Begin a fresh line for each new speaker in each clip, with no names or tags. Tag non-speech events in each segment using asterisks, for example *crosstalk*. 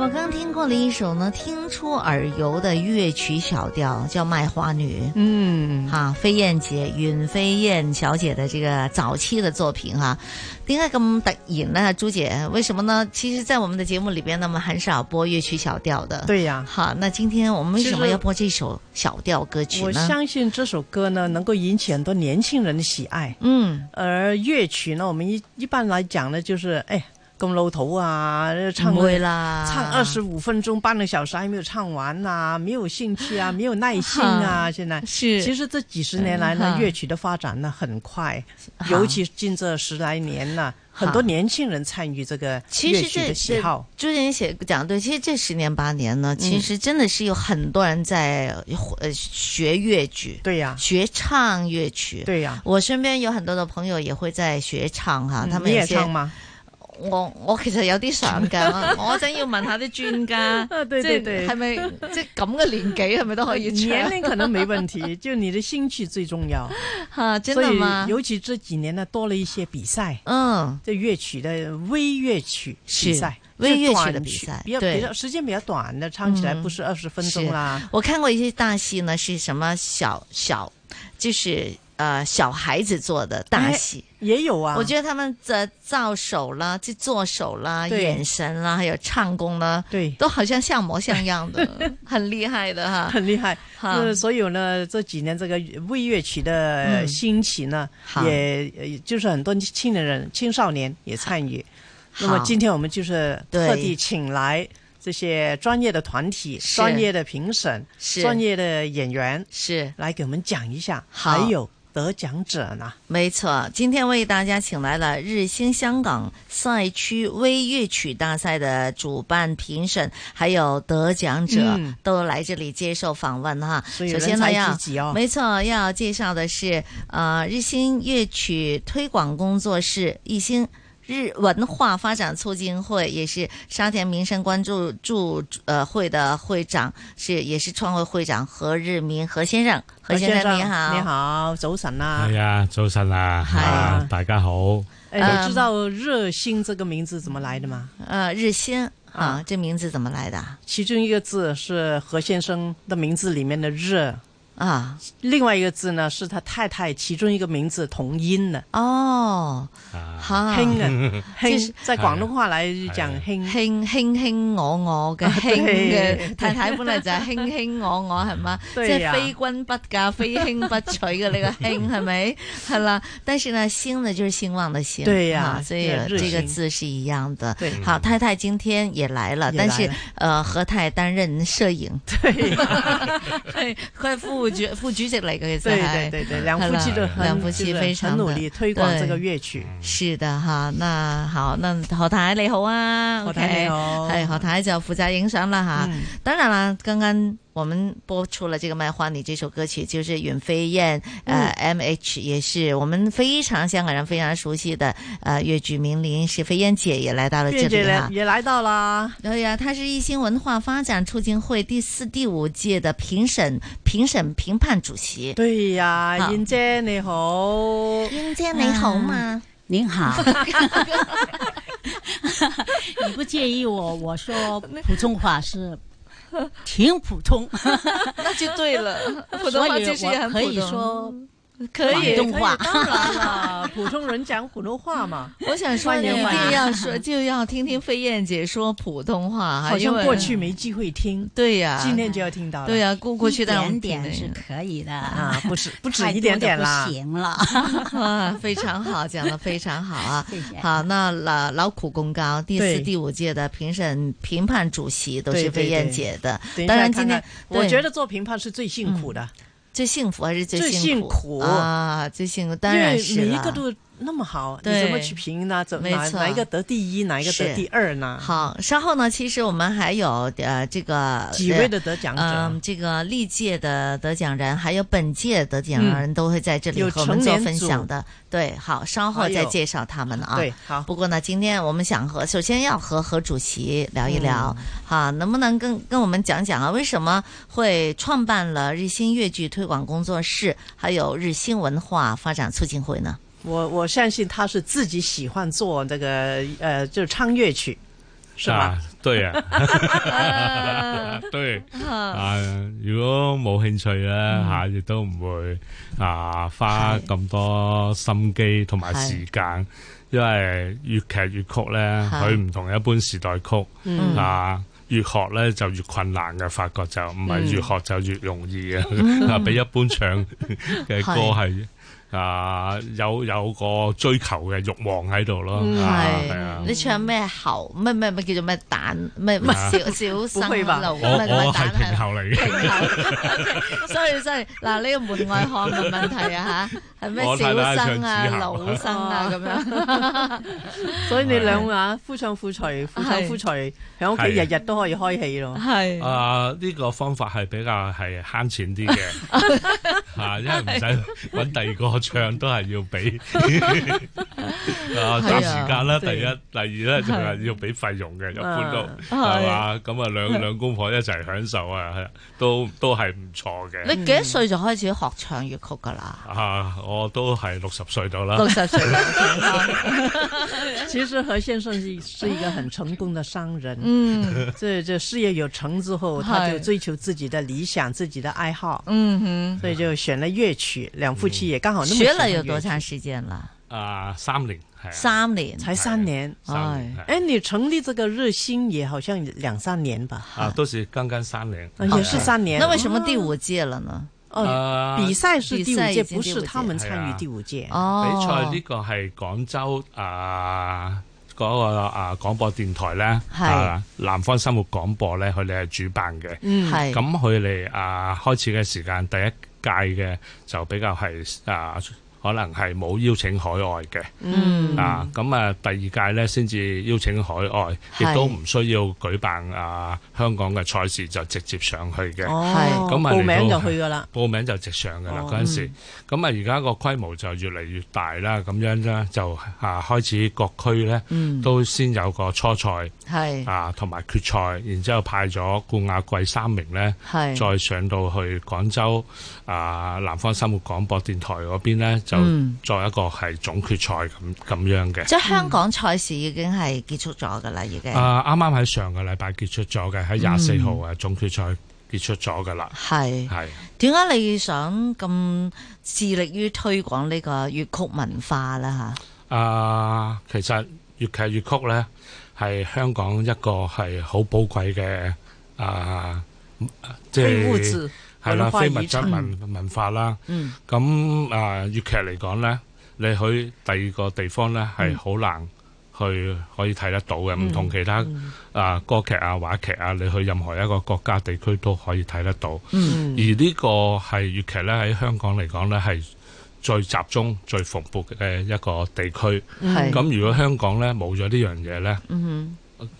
我刚听过了一首呢，听出耳油的乐曲小调，叫《卖花女》。
嗯，
哈，飞燕姐袁飞燕小姐的这个早期的作品哈，点解咁突然呢？朱姐，为什么呢？其实，在我们的节目里边呢，我们很少播乐曲小调的。，
对呀、
好，那今天我们为什么
其实
要播这首小调歌曲
我
呢？
相信这首歌呢能够引起很多年轻人的喜爱。
嗯
而乐曲呢，我们一一般来讲呢，就是哎，咁老土啊，唱
不会
个
啦，
唱二十五分钟、半个小时还没有唱完呐、没有兴趣啊，没有耐心啊。现在，
是，
其实这几十年来呢
嗯，哈
乐曲的发展呢很快，
哈
尤其近这十来年呢，
哈
很多年轻人参与这个
其
乐
实
曲
这
的喜
这
好。
朱姐你写讲得对，其实这十年八年呢，
嗯
其实真的是有很多人在呃学粤剧，
对呀、
学唱粤曲。
对呀、
我身边有很多的朋友也会在学唱哈，他
嗯你
们有
也
些
唱吗？
我我其實有啲想㗎，我我真要問下啲專家，
啊，
即
*laughs* 对对
係
对，
係咪即係咁嘅年紀係咪都可以
年
唱？
龄可能没
*laughs*
问题，就你的兴趣最重要。
嚇，啊真
所
的
以
嗎？
尤其这几年呢，多了一些比赛，
嗯，
这乐曲的微乐曲
是
比赛，
微乐曲
就是短
的比赛
比较
对嗯
比较时间比较短的，唱起来不是二十分钟啦。
我看過一些大戲呢，是什麼小小，就是呃小孩子做的
哎
大戲。
也有啊，
我觉得他们的造手啦、去做手啦、
对
眼神啦，还有唱功啦， *laughs*
对，
都好像像模像样
*laughs*
的，很厉害的哈。
很厉害。
哈
那所以呢，这几年这个微乐曲的
嗯
兴起呢，
好
也也就是很多青年人、青少年也参与。那么
好
今天我们就是
对
特地请来这些专业的团体、
是
专业的评审、
是
专业的演员
是。
来给我们讲一下，
好
还有得奖者呢。
没错，今天为大家请来了日新香港赛区微乐曲大赛的主办评审，还有得奖者、
嗯
都来这里接受访问哈。
所以
首先
人
呢，
才
要
济济哦。
没错，要介绍的是呃日新乐曲推广工作室一心。日文化发展促进会也是沙田民生关注助呃会的会长，是也是创会会长何日明何先生，何
何
先
生
你好，
你好，早晨啦
系。啊，早晨啊，
係
啊大家好。
嗯
哎，你知道“热心”这个名字怎么来的吗？
呃，日新啊
啊，
这名字怎么来的啊
其中一个字是何先生的名字里面的“热”，
啊？
另外一个字呢，是他太太其中一个名字同音的
哦，
啊
哈，
兴啊，
就是啊
兴，在广东话来讲
*laughs*
兴，
卿卿卿我我
啊
嘅卿嘅
對
太太本嚟就係卿卿我我係
*laughs*
嘛，即
對
係
呀
非君不嫁非卿不娶嘅
*laughs*
呢個卿係咪？係啦，但是呢，兴呢就是兴旺的兴，
對呀
啊所以
對日
這個
興
字是一樣的。
对
好，太太今天也来了，
也
但
來
是
了
呃，何太擔任攝影， *laughs* 對，佢係副主副主席嚟嘅，其實
对
係
对对对，两夫妻都很
兩夫妻
就是
非常
很
的
努力推广这个乐曲。
是的哈，那好，那何太你好啊，
何太你
OK
好哦
系何太就负责影相啦哈。
嗯
当然啦，刚刚我们播出了这个《卖花女》这首歌曲，就是允飞燕呃 M H 也是我们非常香港人非常熟悉的呃粤剧名伶，是飞燕姐也来到了这啊
燕姐
里
来
哈。
也来到啦，
对呀、她是艺兴文化发展促进会第四、第五届的评审评审评判主席。
对呀，
好
燕姐你好，
英姐你好嘛？
*laughs*
您好，你不介意我我说普通话是挺
*laughs*
普通，
那就对了， *laughs* 普
所
通话
以
就是也
我
很
可
普
以
通
说
可以
广东话
可以当然啦，普通人讲普通话
*laughs*
嘛，
我想说，
欢
你
迎
一
欢
定
迎
要说， *laughs* 就要听听飞燕姐说普通话哈，
好像
啊因为
过去没机会听，
对呀，
今天就要听到了。
对啊呀，过过去
一
但我
点
们听的
点
*laughs*
是可以的，
啊，不
*laughs*
止不止
太
一点
多的
点啦
不，行了。。
啊，非常好，讲的非常好啊
谢谢
好，那老劳苦功高，第四、
对
第五届的评审评判主席都
对
是
对
飞燕
对
姐的。
等一下
当然，今
看看
天
我
对
觉得做评判是最辛苦的，
最幸福还是最
最
辛
幸
苦
苦
啊？最幸福，当
因
然
为
是
每一
啦
个都那么好，你
对
怎么去评呢？怎
没
哪
错
哪一个得第一，哪一个
是
得第二呢？
好，稍后呢，其实我们还有呃这个
几位的得奖者，
嗯，这个历届的得奖人，还有本届得奖人都会在这里
有
和我们
成
做
年
分
组哎
享的。对，好，稍后
还
再
有
介绍他们啊。
对，好，
不过呢，今天我们想和首先要和何主席聊一聊，
嗯
哈、能不能跟跟我们讲讲啊，为什么会创办了日新粤剧推广工作室，还有日新文化发展促进会呢？
我我相信他是自己喜欢做这个呃，就是唱乐曲，是吧？
啊？对啊，對啊，如果冇興趣咧吓，亦都唔會啊花咁多心機同埋時間，因為粵劇粵曲咧，
係
佢唔同一般時代曲
嗯
啊。越學咧就越困難嘅，發覺就唔係越學就越容易嘅，啊比一般唱嘅歌係啊有有個追求嘅慾望喺度咯，
嗯
啊
嗯係
係啊。
你唱咩喉咩咩咩叫做咩蛋咩咩小小生
不會吧
流
啊我
咩咩
我
蛋
係
係
平
啦
後嚟嘅。
所以真係嗱，呢個門外漢嘅問題
*laughs*
啊吓，係咩
我太
小
太
生啊、
唱子
老
喉
生啊咁樣，
*laughs*
所以你兩個啊，夫唱婦隨，婦唱
哎
婦隨，喺屋企日
係
日都可以開
*laughs*
戲咯。
係
*laughs* 啊！呢、個方法係比較係慳錢啲嘅，
*laughs*
嚇、因為唔
啊
使揾第二個唱都係要
*laughs*
俾啊，
係啊啊
揸時間啦。第
對
一、第二咧就係要俾費用嘅，一般都
係
係嘛。咁啊，兩兩公婆一齊享受啊，係啊都都係唔錯嘅。
你幾多歲就開始學唱粵曲㗎啦？
啊，我都係六十歲到啦
六，十歲啦，
其實何先生是是一個很成功的商人，
嗯
这这事業有成之後，他就
係
追求自己的理想、自己的愛好，
嗯
所以就選了樂曲。兩夫妻也剛好
哼，
那麼
學
喜歡
了有多
樂曲？
長時間啦？
啊，三年係啊
三年，
才三年。
三年
哎
係
哎，你成立這個日新也好像兩三年吧，
啊，都是剛剛三年，
啊也是三年。
那為什麼第五屆了呢？
哦，
啊
比賽是第五
比賽已
屆，
經
不
第五
是
屆
他們
係
參
啊
與第五屆。
比賽
哦，
呢個係廣州啊嗰、個啊廣播電台咧，
係
啊南方生活廣播咧，佢哋係主辦嘅。
嗯，
哦係
咁佢哋啊開始嘅時間，第一屆嘅就比較係啊。可能係冇邀請海外嘅、
嗯
啊，咁啊第二屆呢先至邀請海外，亦
係
都唔需要舉辦啊香港嘅賽事就直接上去嘅。
係
哦，
咁啊
報名
嚟
就
到
去噶啦。
報名就直上㗎啦
哦
嗰陣
嗯
時，咁啊而家個規模就越嚟越大啦，咁樣咧就啊開始各區咧
嗯
都先有個初賽
係
啊同埋決賽，然之後派咗冠亞季三名咧，
係
再上到去廣州啊南方生活廣播電台嗰邊咧就
嗯
作一個係總決賽咁咁樣嘅。
即係香港賽事已經係結束咗㗎啦，已經
啊啱啱喺上個禮拜結束咗嘅，喺廿四號啊總決賽結束咗㗎啦，
係。
係。
點解你想咁致力於推廣呢個粵曲文化啦？
啊，其實粵劇粵曲呢，係香港一個係好寶貴嘅啊，即
非物
係
質
係啦，
文化
非物
遺
質
產
文文化啦。
嗯
咁啊，粵劇嚟講呢，你去第二個地方呢，係好難去可以睇得到
嗯
嘅，唔同其他啊歌劇啊、話劇啊，你去任何一個國家地區都可以睇得到。
嗯
而呢個係粵劇咧喺香港嚟講咧係最集中、最蓬勃嘅一個地區。
嗯
係
咁如果香港咧冇咗呢樣嘢咧，
嗯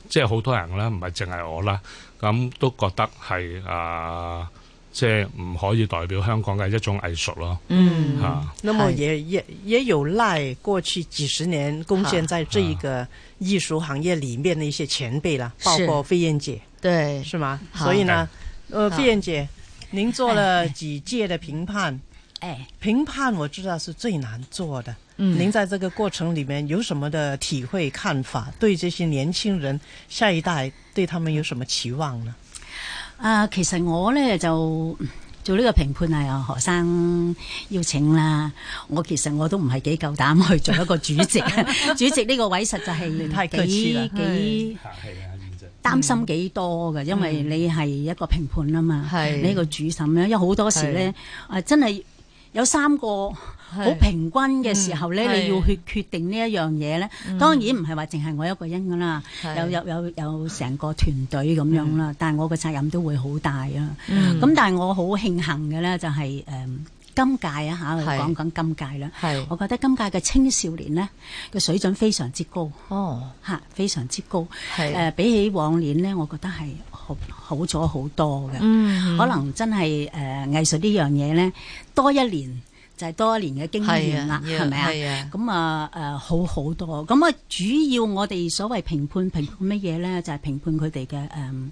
即係好多人咧，唔係淨係我啦，咁都覺得係啊，即係唔可以代表香港嘅一種藝術咯
哼嗯
嚇。
那麼
嗨
也也也有賴過去幾十年貢獻在這一個藝術行業裡面的一些前輩啦，包
是
括飛燕姐
對，
是嗎？
好
所以呢，呃，
好
飛燕姐，您做了幾屆的評判，
*laughs* 哎，
評判我知道是最難做的。
嗯
您在這個過程裡面有什麼的體會、看法？對這些年輕人、下一代，對他們有什麼期望呢？
啊，其實我咧就做呢個評判係由何生邀請啦。我其實我都唔係幾夠膽去做一個主席， *laughs* 主席呢個位實在
你太客
係
氣啦
幾幾。
嚇係啊，現在
擔心幾多嘅，因為你係一個評判啊嘛，
係
你一個主審咧，因為好多時咧，啊真係有三個好平均嘅時候咧，
嗯係
你要去決定呢一樣嘢咧。當然唔係話淨係我一個人噶啦，
係
有有有有成個團隊咁樣嗯
嗯
啦，但係我嘅責任都會好大啊。咁、但係我好慶幸嘅咧，就係、誒。今屆啊嚇，我哋
係
講緊今屆啦。
係
我覺得今屆嘅青少年呢，個水準非常之高
哦，
嚇、非常之高。
係
誒、呃比起往年呢，我覺得係好好咗好多嘅。
嗯，
可能真係誒、呃藝術呢樣嘢呢，多一年就係多一年嘅經驗啦，
係啊
係咪啊？
係啊
咁啊誒好好多，咁啊主要我哋所謂評判評判乜嘢咧，就係、評判佢哋嘅誒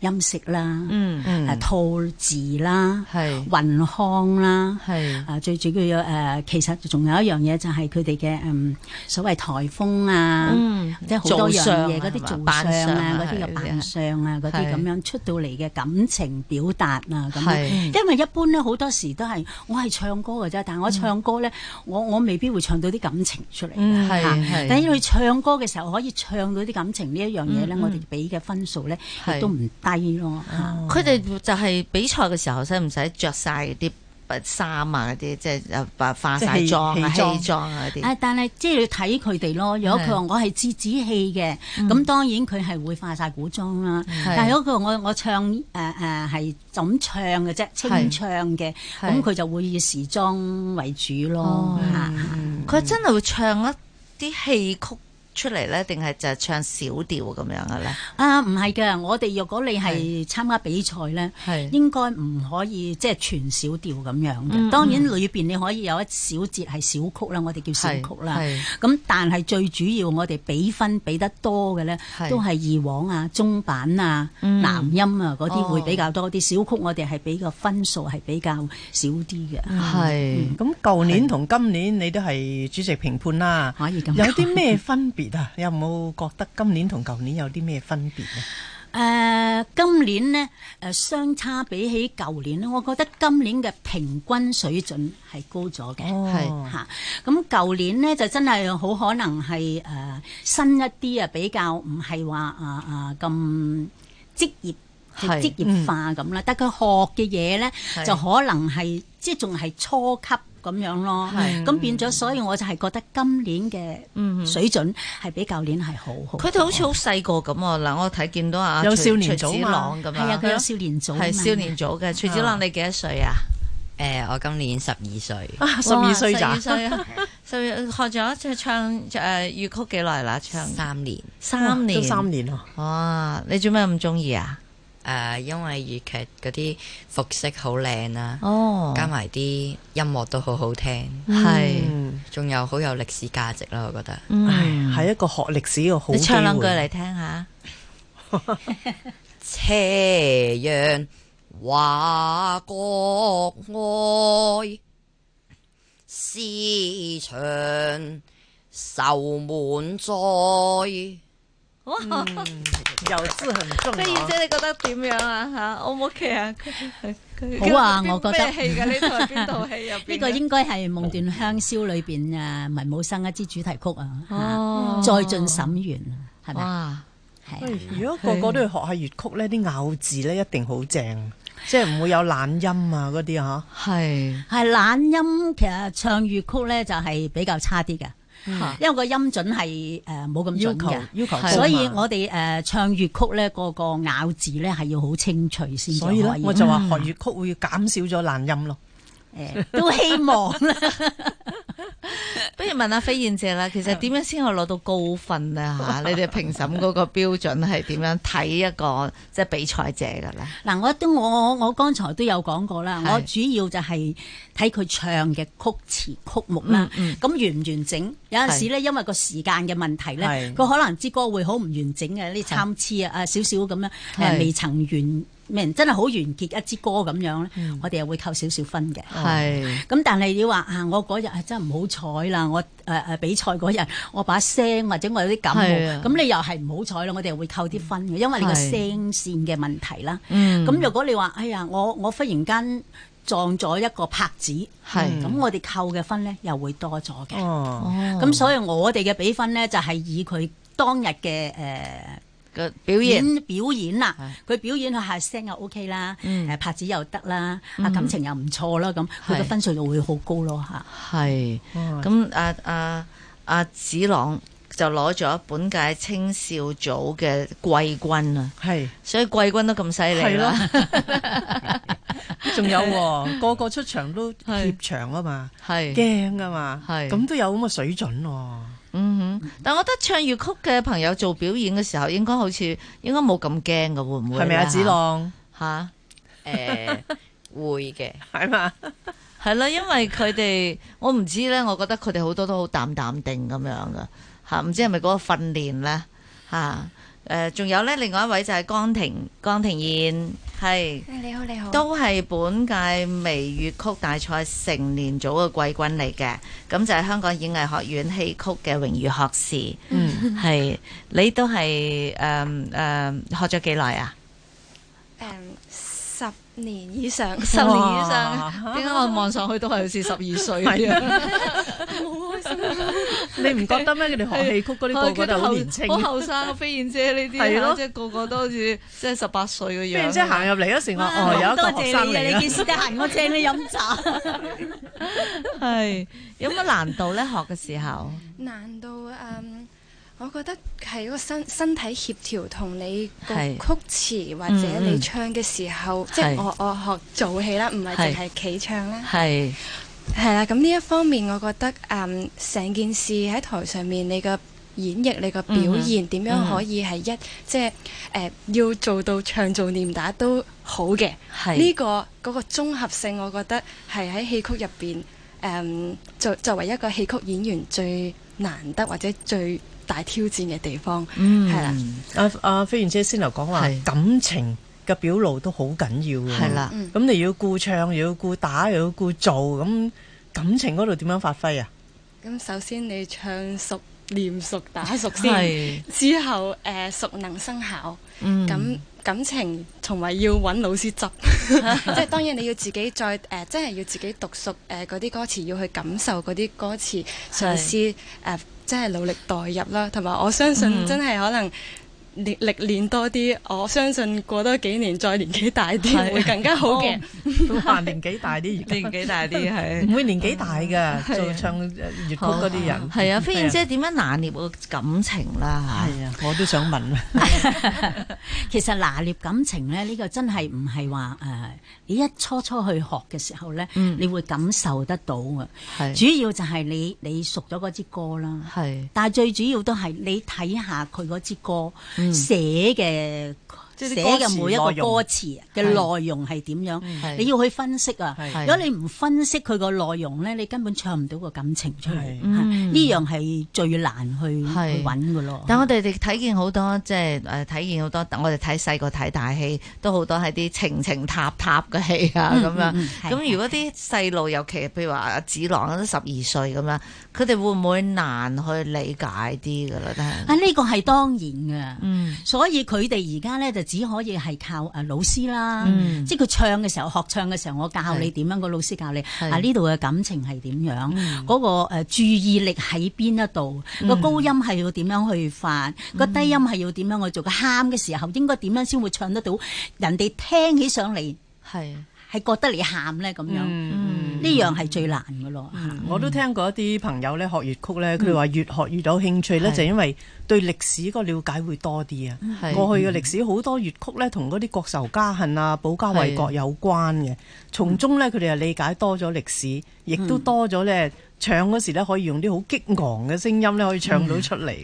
音色啦，
嗯
誒、
嗯，
吐字啦，
係
雲腔啦。
係
啊，最主要誒、其實仲有一樣嘢就係佢哋嘅誒所謂台風啊，
嗯
即係好多樣
造相啊
嘢嗰啲
係嘛
造
扮
相
相
啊
啊，
嗰啲嘅
係
扮相啊，嗰啲
係
咁樣出到嚟嘅感情表達啊，咁樣
係
因為一般咧好多時都係我係唱歌嘅啫，但係我唱歌咧，我我未必會唱到啲感情出嚟
嗯
嘅
係
嚇
係
但因為唱歌嘅時候可以唱到啲感情呢一樣嘢咧，
嗯嗯
我哋俾嘅分數咧
係
亦都唔低咯嚇
哦佢哋就係比賽嘅時候，使唔使着晒啲衫啊？嗰啲即係化化
即係
晒
戲
妝啊、
戲
戲
裝
裝啊嗰啲。
啊！但係即係要睇佢哋咯。如果佢話我係折子戲嘅，
嗯
咁當然佢係會化晒古裝啦。
係
但係如果佢話我我唱誒誒係就咁唱嘅啫，清唱嘅，
係
咁佢就會以時裝為主咯
哦
嚇。
佢真係會唱一啲戲曲出嚟咧，定係就係唱小調咁樣嘅咧？
啊，唔係嘅，我哋若果你係參加比賽咧，
係
應該唔可以即係全小調咁樣嘅。
嗯
當然裏邊你可以有一小節係小曲啦，我哋叫小曲啦。
係
咁但係最主要我哋俾分俾得多嘅咧，
係
都係二黃啊、中板啊、
嗯
南音啊嗰啲
哦
會比較多啲。小曲我哋係俾個分數係比較少啲嘅，
嗯
嗯
係
嗯咁舊年同今年你都係主席評判啦，
可以咁
有
講
啲咩分別啊？你 *laughs* 有冇覺得今年同舊年有啲咩分別啊？
誒、呃今年呢，誒、呃相差比起舊年呢，我覺得今年嘅平均水準係高咗嘅。
哦
係
嚇，咁舊年呢，就真係好可能係誒、呃新一啲啊，比較唔係話啊啊咁
係
職業
嗯
職業化咁啦，但佢學嘅嘢咧
係
就可能係即係仲係初級咁樣咯
係，嗯
咁變咗，所以我就係覺得今年嘅水準係比舊年係好好。
佢哋好似好細個咁啊！嗱，我睇見到啊，
有
徐
少年
徐
組
子
嘛
朗咁
係啊，佢有少年組啊嘛
係少年組嘅。徐子朗，你幾多歲啊？
誒，我今年十二歲，
啊，十二歲
哇
咋？
十二歲啊！十二學咗即係唱誒粵曲幾耐啦？唱
三年。
三年
都。三年咯。
哇！你做咩咁中意啊？
誒、呃因為粵劇嗰啲服飾好靚啦，
哦，
加埋啲音樂都好好聽，
係
嗯，
仲有好有歷史價值啦，我覺得。
嗯，
係一個學歷史嘅好
你
機
唱兩句
會。
嚟聽下。
斜陽話國外，市場愁滿載。
哇！
又知很重啊
飛燕姐， *laughs* 你覺得點樣啊？嚇，O 唔 OK 啊？
好啊我覺得
咩戲㗎？呢套係邊套戲入邊？
呢個應該係《夢斷香消》裏邊啊文武生一支主題曲啊，
哦
嚇再進審源係咪啊？
哇！
係啊
喂如果個個都要學下粵曲呢啲咬字呢一定好正，即係唔會有懶音啊嗰啲嚇。
係
係懶音，其實唱粵曲咧就係比較差啲嘅，
嚇
因為個音準係誒冇咁
要
準
求啊
嘅。
要求高嘛
所以我哋誒、唱粵曲咧，個個咬字咧係要好清脆先至
所
可
以
以。
咧，我就話學粵曲會減少咗懶音咯。
誒都希望啦。
不如問下飛燕姐啦，其實點樣先可以攞到高分咧？嚇，你哋評審嗰個標準係點樣睇一個即係比賽者嘅咧？
嗱，我都我我剛才都有講過啦，
係
我主要就係睇佢唱嘅曲詞曲目啦。咁、
嗯
完唔完整？有陣時咧，因為個時間嘅問題咧
係，
佢可能支歌會好唔完整嘅，啲參差啊啊少少咁樣誒
係
未曾完，未真係好完結一支歌咁樣咧，我哋又會扣少少分嘅。
嗯係
咁但係你話啊，我嗰日係真係唔好彩啦！我誒誒、呃比賽嗰日，我把聲或者我有啲感冒，
係啊
咁你又係唔好彩啦！我哋又會扣啲分嘅，因為你個
係
聲線嘅問題啦。
嗯
咁如果你話哎呀，我我忽然間撞咗一個拍子，
係
咁我哋扣嘅分咧又會多咗嘅。
哦，
咁、所以我哋嘅比分咧就係、以佢當日嘅誒。呃
個表現
演表演啦，佢表演佢下聲又 OK 啦，誒拍子又得啦，啊感情又唔錯啦，咁佢嘅
嗯係
分數就會好高咯嚇。
係
哦
咁啊啊啊！子朗就攞咗本屆青少組嘅季軍啊！
係
*laughs* 所以季軍都咁犀利啦。
仲有
*laughs*
喎，個個出場都協場啊嘛，
係，
驚啊嘛，
係
咁都有咁嘅水準喎。
嗯哼。但我覺得唱粵曲嘅朋友做表演嘅時候，應該好似應該冇咁驚嘅，會唔會呢？
係咪啊？子浪
吓？
誒會呃嘅，
*laughs*
係嘛？
係啦，因為佢哋我唔知咧，我覺得佢哋好多都好淡淡定咁樣噶嚇，唔知係咪嗰個訓練咧嚇？誒，仲有咧，另外一位就係江婷，江婷燕係
你好，你好。
都係本屆微粵曲大賽成年組嘅季軍嚟嘅，咁就係香港演藝學院戲曲嘅榮譽學士，
嗯，
係你都係誒誒學咗幾耐啊？
誒嗯十年以上，
十年以上
哇，
點解我望上去都係好似十二歲咁樣？
你唔覺得咩？佢哋學戲曲嗰啲個個都好年青，
好後生啊！飛燕姐呢啲
係咯
即係個個都好似即係十八歲嘅樣。啊
突然之間行入嚟嗰時，我哦有一個學生嚟啦
見得閒，我請你飲茶。
係有乜難度咧？學嘅時候
難度誒、嗯我覺得係嗰個身身體協調同你個
係
曲詞或
嗯
者
嗯
你唱嘅時候，即
係
係我我學做戲啦，唔
係
係淨係企唱啦。
係
係啦，咁呢一方面，我覺得誒成、件事喺台上面你嘅演繹、你嘅
嗯
表現點、樣可以係一即係誒、要做到唱做念打都好嘅。
係
呢、個嗰、個綜合性，我覺得係喺戲曲入邊誒作作為一個戲曲演員最難得或者最大挑戰嘅地方，係、
嗯
啦。
阿阿飛燕姐先頭講話
係
感情嘅表露都好緊要嘅，
係啦。
嗯
咁你要顧唱，又要顧打，又要顧做，咁感情嗰度點樣發
*laughs*
揮啊？
咁首先你唱熟、念熟、打熟先，
係
之後誒、呃熟能生巧。
嗯
咁、感情同埋要揾老師執，即係當然你要自己再誒，呃真係要自己讀熟誒嗰啲歌詞，要去感受嗰啲歌詞，嘗試誒，即係努力代入啦。同埋我相信真係可能歷歷練多啲，我相信過多幾年再年紀大啲會更加好嘅。
都話年紀大啲而
年紀大啲係
家，唔會年紀大嘅，做唱呃粵曲嗰啲人
係啊，飛燕姐點樣拿捏個感情啦？
係啊，我都想問啊，
其實拿捏感情咧，呢、個真係唔係話誒，你一初初去學嘅時候咧，
嗯
你會感受得到啊。主
係
要就係你你熟咗嗰支歌啦。
係
但係最主要都係你睇下佢嗰支歌
嗯
寫嘅
即係啲
寫
歌
嘅
詞
每一個
內容
歌詞嘅內容係點樣，
係
你要去分析啊。
係
如果你唔分析佢個內容咧，你根本唱唔到個感情出嚟。
係
嚇呢樣係最難去
係
去揾嘅咯。
嗯但我哋哋睇見好多即係誒睇見好多，我哋睇細個睇大戲都好多係啲情情塔塔嘅戲啊咁樣。咁如
果
果啲細路，尤其譬如話阿子朗都十二歲咁樣，佢哋會唔會難去理解啲噶啦？真
啊
係，
呢個係當然嘅。
嗯
所以佢哋而家咧就只可以係靠誒老師啦，
嗯
即係佢唱嘅時候學唱嘅時候，我教你
係
點樣，個老師教你啊呢度嘅感情係點樣，
嗯
嗰、個、呃注意力喺邊一度，個高音係要點樣去發，
嗯
個低音係要點樣去做，個喊嘅時候應該點樣先會唱得到，人哋聽起上嚟
係
係覺得你喊咧咁樣，呢、
嗯
樣係最難嘅咯。
我都聽過一啲朋友咧學粵曲咧，佢哋話越學越有興趣咧，
係
就因為對歷史個了解會多啲啊。
係
過去嘅歷史好多粵曲咧，同嗰啲國仇家恨啊、保家衛國有關嘅，從中咧佢哋又理解多咗歷史，亦都多咗咧唱嗰時咧可以用啲好激昂嘅聲音咧可以唱到出嚟。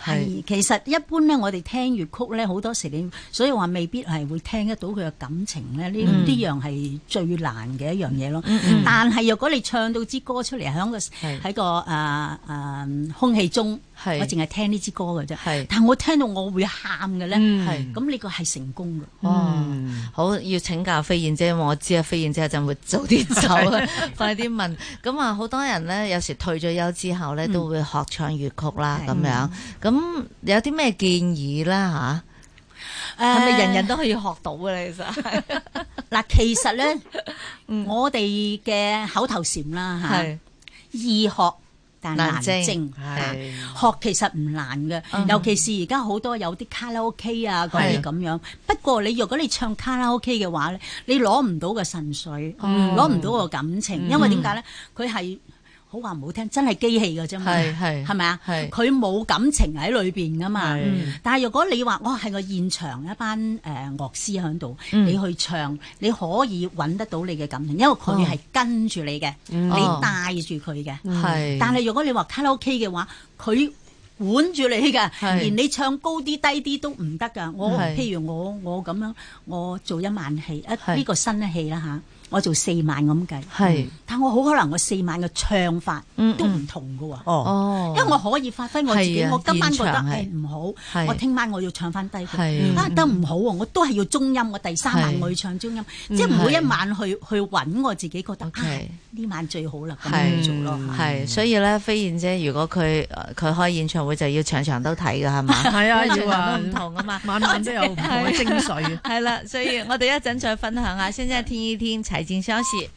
係
係，其實一般咧，我哋聽粵曲咧，好多時你，所以話未必係會聽得到佢嘅感情咧，呢
嗯
呢樣係最難嘅一樣嘢咯。但係若果你唱到支歌出嚟，喺個喺個啊啊空氣中，我
係
淨係聽呢支歌
係
嘅啫。但我聽到我會喊嘅咧，
係
咁呢個係成功嘅。
嗯
嗯
哇！好要請教飛燕姐，因為我知啊，飛燕姐一陣會早啲走啊，快啲問。咁啊，好多人咧，有時退咗休之後咧，都會學唱粵曲啦，
係
咁樣。咁有啲咩建議啦？吓，係
誒
咪人人都可以學到嘅咧？其嗯實係
*laughs* 嗱，其實咧，我哋嘅口頭禪啦嚇，
係
易學但難
難精
精。
係
學其實唔難嘅，尤其是而家好多有啲卡拉 OK 啊嗰
係
啲咁樣。不過你若果你唱卡拉 OK 嘅話咧，你攞唔到個神髓，攞唔到個感情，因為點解咧？佢係好話唔好聽，真係機器㗎啫嘛，
係係
係咪啊？
係
佢冇感情喺裏邊㗎嘛。
係
但係如果你話，哇，係個現場一班誒、呃、樂師喺度，
嗯
你去唱，你可以揾得到你嘅感情，因為佢係跟住你嘅，你
哦
帶住佢嘅。
嗯哦
係
但係如果你話卡拉 OK 嘅話，佢管住你
係
㗎，連你唱高啲低啲都唔得㗎。我
係
譬如我我咁樣，我做一晚戲，
係
一呢個新戲啦吓，我做四晚咁計。
係
嗯但我好可能我四晚嘅唱法
嗯
都唔同㗎喎。
哦，
哦，
因為我可以發揮我自己，
係啊
我今晚覺得
現場係
誒唔好
係，
我聽晚我要唱翻低
係嗯
佢，啊得唔好喎，我都係要中音，我第三晚
係嗯
我要唱中音，即係每一晚去去揾我自己覺得啊
OK
呢晚最好啦，咁
係
樣做咯。
係，所以咧，飛燕姐，如果佢呃佢開演唱會，就要場場都睇噶，係嘛？ *laughs*
係啊
因為
要
場
啊
場都唔同啊嘛。
*laughs* 晚晚都有唔同嘅精髓。
係啦，所以我哋一陣再分享下，先即係天一天財經消息。